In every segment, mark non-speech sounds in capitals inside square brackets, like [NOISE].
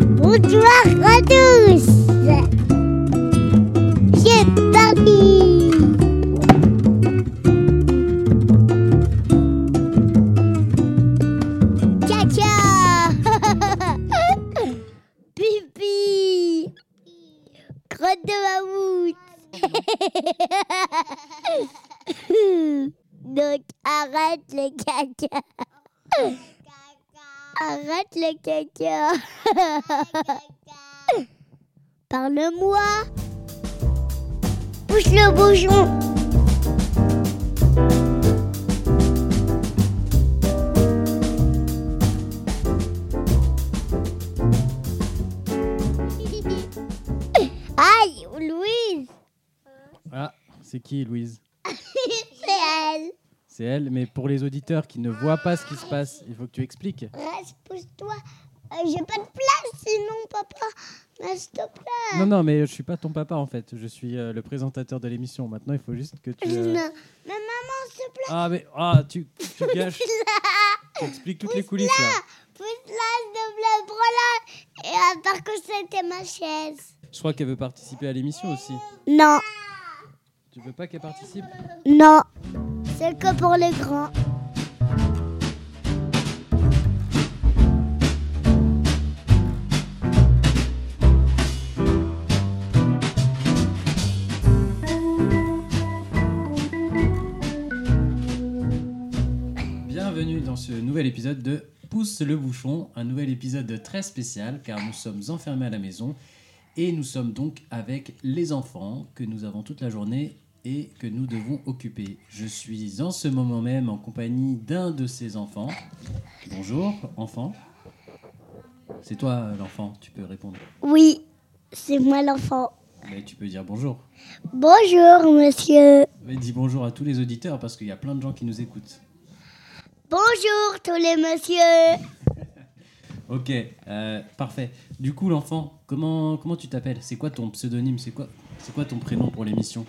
Bonsoir à tous. C'est parti. Caca. [LAUGHS] Pipi. Grotte de mammouth. [LAUGHS] Donc arrête le caca. Arrête le caca. [LAUGHS] Parle-moi. Pousse le bouchon. Aïe, Louise. Ah, c'est qui, Louise C'est elle. C'est elle, mais pour les auditeurs qui ne voient pas ce qui se passe, il faut que tu expliques. Reste, pousse-toi. Euh, J'ai pas de place sinon, papa. Mais s'il te plaît. Non, non, mais je suis pas ton papa en fait, je suis euh, le présentateur de l'émission. Maintenant, il faut juste que tu. euh, Non. Mais maman, s'il te plaît. Ah, mais ah, tu, tu gâches, tu expliques toutes les coulisses là. Pousse là, s'il te plaît, prends-la. Et euh, par contre, c'était ma chaise. Je crois qu'elle veut participer à l'émission aussi. Non, Tu veux pas qu'elle participe non. C'est que pour les grands. Bienvenue dans ce nouvel épisode de Pousse le bouchon, un nouvel épisode très spécial car nous sommes enfermés à la maison et nous sommes donc avec les enfants que nous avons toute la journée et que nous devons occuper. Je suis en ce moment même en compagnie d'un de ces enfants. Bonjour, enfant. C'est toi euh, l'enfant, tu peux répondre. Oui, c'est moi l'enfant. Mais tu peux dire bonjour. Bonjour, monsieur. Mais dis bonjour à tous les auditeurs parce qu'il y a plein de gens qui nous écoutent. Bonjour, tous les messieurs. Ok, euh, parfait. Du coup, l'enfant, comment, comment tu t'appelles C'est quoi ton pseudonyme C'est quoi, c'est quoi ton prénom pour l'émission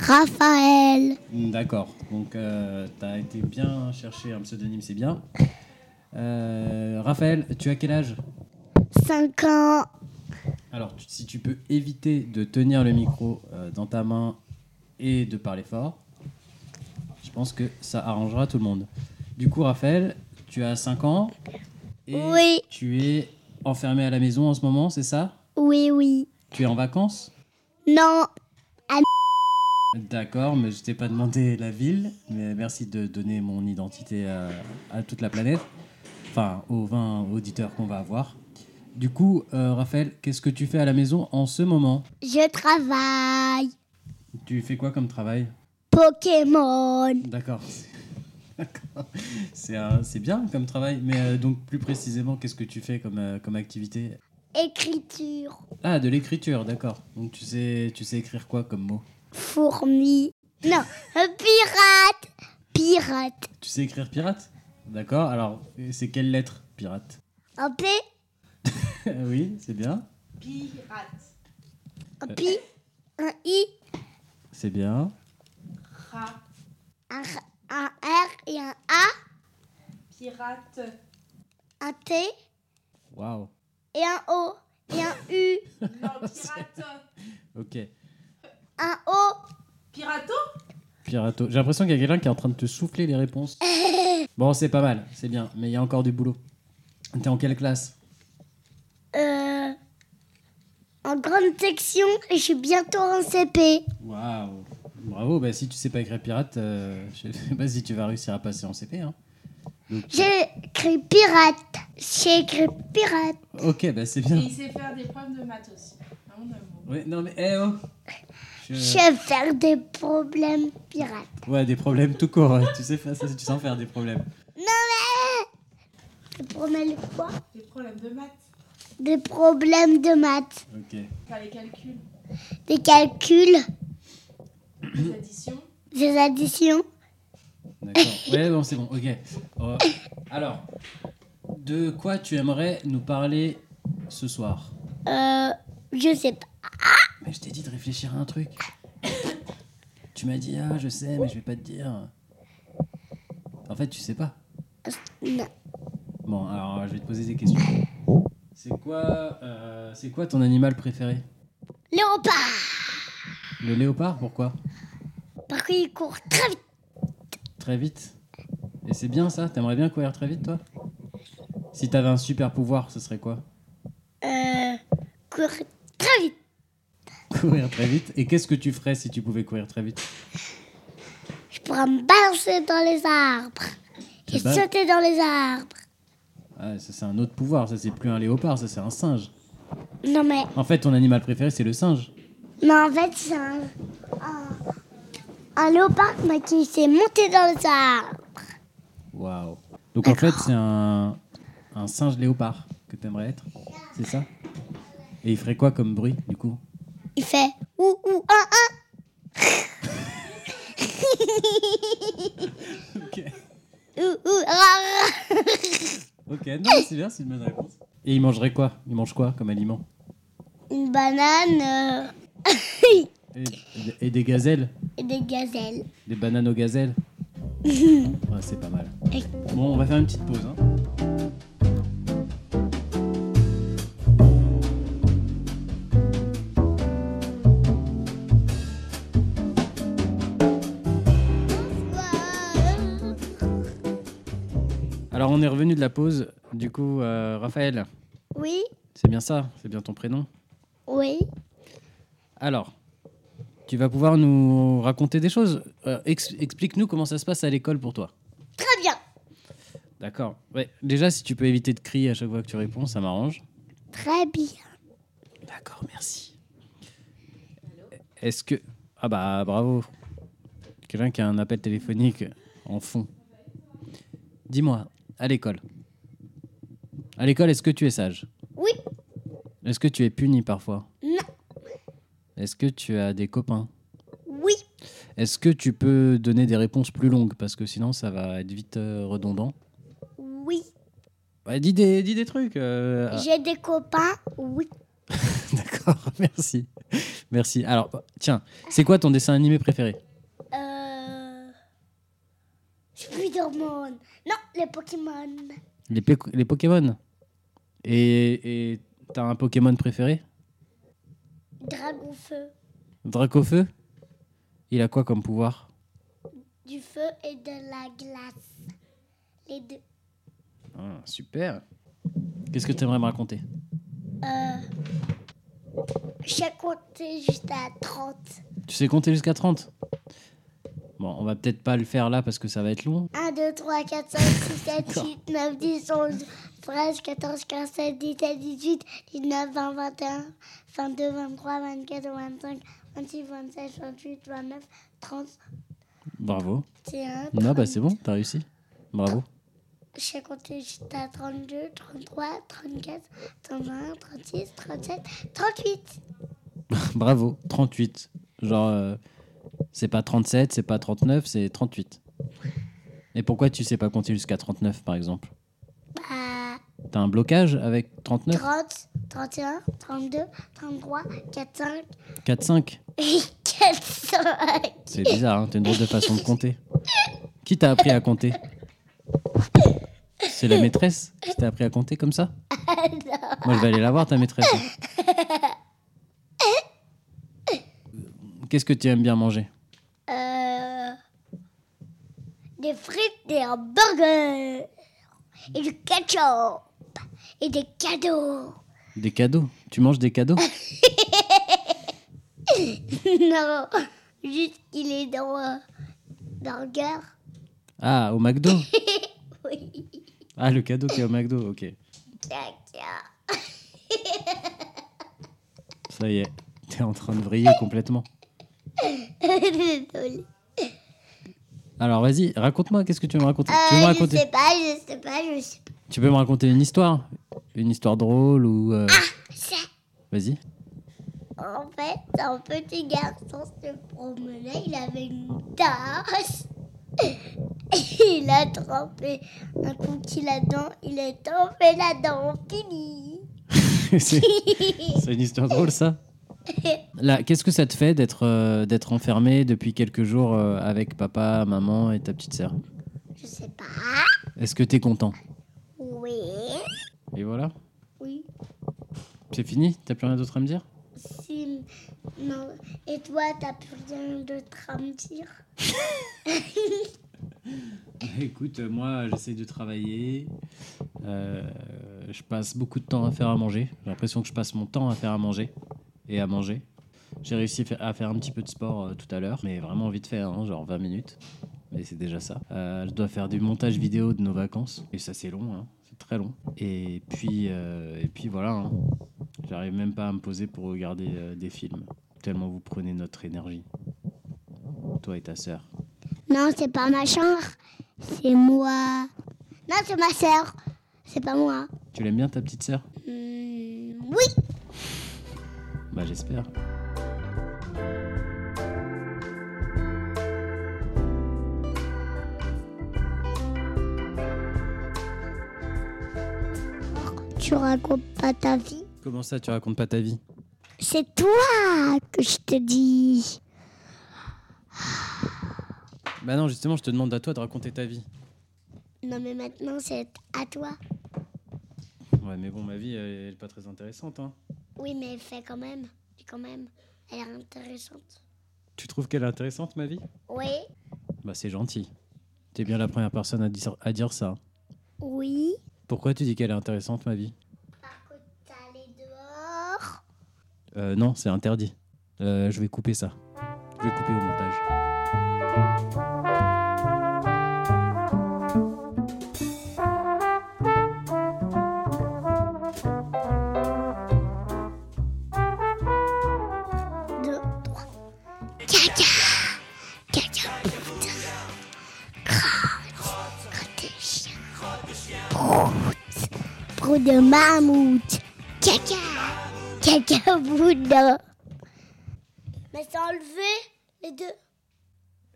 Raphaël. Hmm, D'accord, donc euh, t'as été bien chercher un pseudonyme, c'est bien. Euh, Raphaël, tu as quel âge 5 ans. Alors, tu- si tu peux éviter de tenir le micro euh, dans ta main et de parler fort, je pense que ça arrangera tout le monde. Du coup, Raphaël, tu as 5 ans et Oui. tu es enfermé à la maison en ce moment, c'est ça Oui, oui. Tu es en vacances Non. D'accord, mais je t'ai pas demandé la ville, mais merci de donner mon identité à, à toute la planète, enfin aux 20 auditeurs qu'on va avoir. Du coup, euh, Raphaël, qu'est-ce que tu fais à la maison en ce moment Je travaille. Tu fais quoi comme travail Pokémon. D'accord. [LAUGHS] D'accord. C'est un- c'est bien comme travail, mais euh, donc plus précisément, qu'est-ce que tu fais comme, euh, comme activité Écriture. Ah, de l'écriture, d'accord. Donc tu sais, tu sais écrire quoi comme mot Fourmi. Non, euh, pirate. Pirate. Tu sais écrire pirate D'accord, alors et c'est quelle lettre pirate [LAUGHS] Un P. Oui, c'est bien. Pirate. Un Euh. pi. Un I. C'est bien. Ra. un, R- un R et un A, Pirate. un T Waouh. et un O, et un U, Non, pirate. Ok. un O. Pirato Pirato. J'ai l'impression qu'il y a quelqu'un qui est en train de te souffler les réponses. Bon, c'est pas mal, c'est bien, mais il y a encore du boulot. T'es en quelle classe Euh, en grande section, et je suis bientôt en CP. Waouh. Bravo, bah si tu sais pas écrire pirate, euh, je sais pas si tu vas réussir à passer en CP. Hein. J'ai écrit pirate. J'ai écrit pirate. Ok, bah c'est Et bien. il sait faire des preuves de maths aussi. À mon amour. Ouais, non mais, eh oh Je- Je vais faire des problèmes pirates. Ouais, des problèmes tout court, ouais. tu sais faire ça, tu sens faire des problèmes. Des problèmes quoi Des problèmes de maths. Des problèmes de maths, Ok. Faire les calculs. des calculs, Les additions. des additions. D'accord. Ouais, bon, c'est bon. Ok. Euh, alors, de quoi tu aimerais nous parler ce soir Euh, je sais pas. Mais je t'ai dit de réfléchir à un truc. Tu m'as dit, ah, je sais, mais je vais pas te dire. En fait, tu sais pas. Non. Bon, alors, je vais te poser des questions. C'est quoi, euh, c'est quoi ton animal préféré Léopard Le léopard, pourquoi Parce qu'il court très vite. Très vite. Et c'est bien ça T'aimerais bien courir très vite, toi Si t'avais un super pouvoir, ce serait quoi Euh, court très vite. Courir très vite. Et qu'est-ce que tu ferais si tu pouvais courir très vite Je pourrais me balancer dans les arbres. Te Et bal- sauter dans les arbres. Ah, ça c'est un autre pouvoir, ça c'est plus un léopard, ça c'est un singe. Non mais, En fait, ton animal préféré c'est le singe. mais en fait c'est un, un, un léopard mais qui s'est monté dans les arbres. Waouh. Donc en fait, c'est un, un singe léopard que t'aimerais être, c'est ça Et il ferait quoi comme bruit du coup Il fait ou ou un un. Ok. Ou ou ra, [LAUGHS] ra. Ok, non, c'est bien, c'est une bonne réponse. Et il mangerait quoi Il mange quoi comme aliment Une banane euh, [LAUGHS] et, et des gazelles et des gazelles. Des bananes aux [LAUGHS] gazelles Ouais, c'est pas mal. Et- Bon, on va faire une petite pause. hein. Alors, on est revenu de la pause. Du coup, euh, Raphaël, Oui, c'est bien ça C'est bien ton prénom oui. Alors, tu vas pouvoir nous raconter des choses. Euh, ex- Explique-nous comment ça se passe à l'école pour toi. Très bien. D'accord. Ouais. Déjà, si tu peux éviter de crier à chaque fois que tu réponds, ça m'arrange. Très bien. D'accord, merci. Est-ce que... Ah bah, bravo. Quelqu'un qui a un appel téléphonique en fond. Dis-moi, à l'école. À l'école, est-ce que tu es sage Oui. Est-ce que tu es puni parfois Non. Est-ce que tu as des copains Oui. Est-ce que tu peux donner des réponses plus longues Parce que sinon, ça va être vite euh, redondant. Oui. Bah, dis, des, dis des trucs. euh, ah, J'ai des copains. Oui. [LAUGHS] D'accord, merci. Merci. Alors, tiens, c'est quoi ton dessin animé préféré Euh... Spider-Man. Non, les Pokémon. les, Péco- les Pokémon Et et t'as un Pokémon préféré Dragon-feu. Dracofeu Il a quoi comme pouvoir Du feu et de la glace. Les deux. Ah, Super. Qu'est-ce que t'aimerais me raconter Euh... J'ai compté jusqu'à 30. Tu sais compter jusqu'à 30 Bon, on va peut-être pas le faire là parce que ça va être long. 1, 2, 3, 4, 5, 6, 7, 8, 9, 10, 11, 13, 14, 15, 17, 18, 19, 20, 21, 22, 23, 24, 25, 26, 27, 28, 29, 30, Bravo. 31. Non, bah c'est bon, t'as réussi. Bravo. J'ai compté jusqu'à 32, 33, 34, 31, 36, 37, 38. Bravo, 38. Genre, euh, c'est pas 37, c'est pas 39, c'est 38. Et pourquoi tu sais pas compter jusqu'à 39, par exemple Bah, T'as un blocage avec 39 30, 31, 32, 33, 45, 4, 5 [LAUGHS] 45. C'est bizarre, hein, t'as une drôle de façon de compter. Qui t'a appris à compter C'est la maîtresse qui t'a appris à compter comme ça Moi, je vais aller la voir, ta maîtresse. Qu'est-ce que tu aimes bien manger Euh, des frites, des hamburgers, et du ketchup, et des cadeaux. [LAUGHS] Des cadeaux Tu manges des cadeaux non, juste qu'il est dans euh, burger. Ah, au McDo [LAUGHS] Oui, Ah, le cadeau qui est au McDo, ok. caca. Ça y est, t'es en train de vriller complètement. [LAUGHS] Désolée. Alors vas-y, raconte-moi, qu'est-ce que tu veux me raconter Tu veux me Euh, je raconter sais pas, je sais pas, je sais pas. Tu peux me raconter une histoire Une histoire drôle ou... euh, Ça, Vas-y. [LAUGHS] En fait, un petit garçon se promenait, il avait une tasse. Il a trempé un cookie là-dedans, il est tombé là-dedans, [LAUGHS] fini. C'est c'est une histoire drôle ça Là, qu'est-ce que ça te fait d'être euh, d'être enfermé depuis quelques jours euh, avec papa, maman et ta petite sœur Je sais pas. Est-ce que t'es content Oui. Et voilà. Oui. C'est fini T'as plus rien d'autre à me dire Si, non. Et toi, t'as plus rien d'autre à me dire [LAUGHS] Écoute, euh, moi, j'essaye de travailler. Euh, je passe beaucoup de temps à faire à manger. J'ai l'impression que je passe mon temps à faire à manger et à manger. J'ai réussi fa- à faire un petit peu de sport euh, tout à l'heure, mais vraiment envie de faire, hein, genre 20 minutes. Mais c'est déjà ça. Euh, je dois faire du montage vidéo de nos vacances. Et ça, c'est long, hein, c'est très long. Et puis, euh, et puis voilà. hein. J'arrive même pas à me poser pour regarder euh, des films. Tellement vous prenez notre énergie. Toi et ta sœur. Non, c'est pas ma chambre. C'est moi. Non, c'est ma sœur. C'est pas moi. Tu l'aimes bien ta petite sœur Hmm, oui. Bah j'espère. Tu racontes pas ta vie. Comment ça, tu racontes pas ta vie C'est toi que je te dis. Bah non, justement, je te demande à toi de raconter ta vie. Non, mais maintenant, c'est à toi. Ouais, mais bon, ma vie, elle est pas très intéressante, hein. Oui, mais fais quand même. Fais quand même. Elle est intéressante. Tu trouves qu'elle est intéressante, ma vie Oui. Bah c'est gentil. T'es bien la première personne à dire, à dire ça. Oui. Pourquoi tu dis qu'elle est intéressante, ma vie Par contre, t'as allé dehors. Euh, non, c'est interdit. Euh, je vais couper ça. Je vais couper au montage. Deux, trois. Caca. Caca. Putain. Crotte. Crotte de chien. Prout. Prout de mammouth. Caca. Caca boudin. Mais c'est enlevé les deux.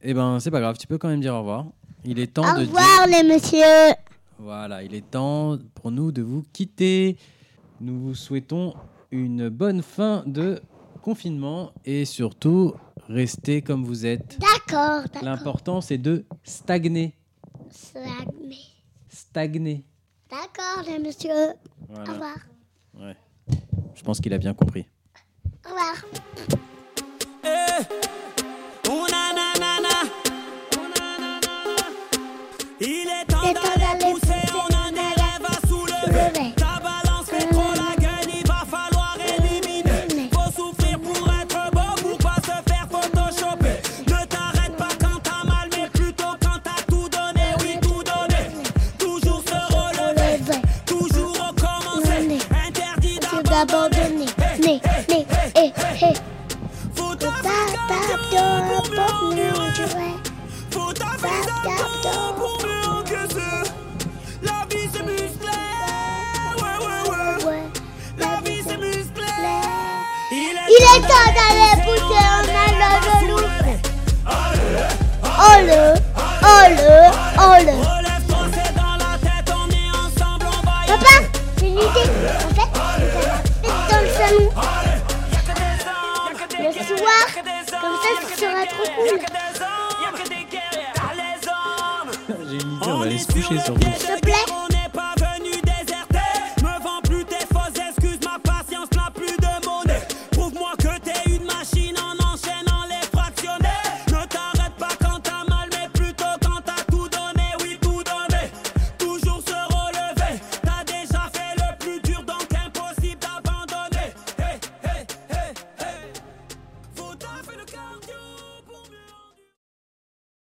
Eh ben, c'est pas grave, tu peux quand même dire au revoir. Il est temps Au de revoir dire... les messieurs. Voilà, il est temps pour nous de vous quitter. Nous vous souhaitons une bonne fin de confinement et surtout, restez comme vous êtes. D'accord, d'accord. L'important, c'est de stagner. C'est acmé. Stagner. D'accord les messieurs. Au Voilà. revoir. Ouais. Je pense qu'il a bien compris. Au revoir. Il est temps Il est temps d'aller d'aller pousser, pousser, on en on a élève à soulever. soulever. Ta balance fait trop la gueule, il va falloir éliminer. Éliminer. Faut souffrir pour être beau, pour pas se faire photoshopper. Ne t'arrête pas quand t'as mal, mais plutôt quand t'as tout donné. Oui, tout donné. Toujours se relever, Relever. toujours recommencer. Donner. Tu Interdit d'abandonner. d'abandonner. Hey, Né, hey, né, eh, eh. Faut Tap, taper tap, tap, dans tap, le mur, nous, mur, on mur. dirait. Faut taper Tap, tap, dans le tap. pour mieux que ce. La vie c'est musclé. Ouais, ouais, ouais. Ouais. La vie c'est musclé. Il est temps d'aller pousser en allant le loup. Oh le, oh le, oh le. Relève-toi, c'est dans la tête, on est ensemble, on va y Papa, j'ai une idée. En fait, on va la mettre dans le salon. Le Le soir, comme ça, ce sera trop cool. Y'a que des guerriers, t'as les hommes. J'ai une idée, On est sur le S'il te plaît,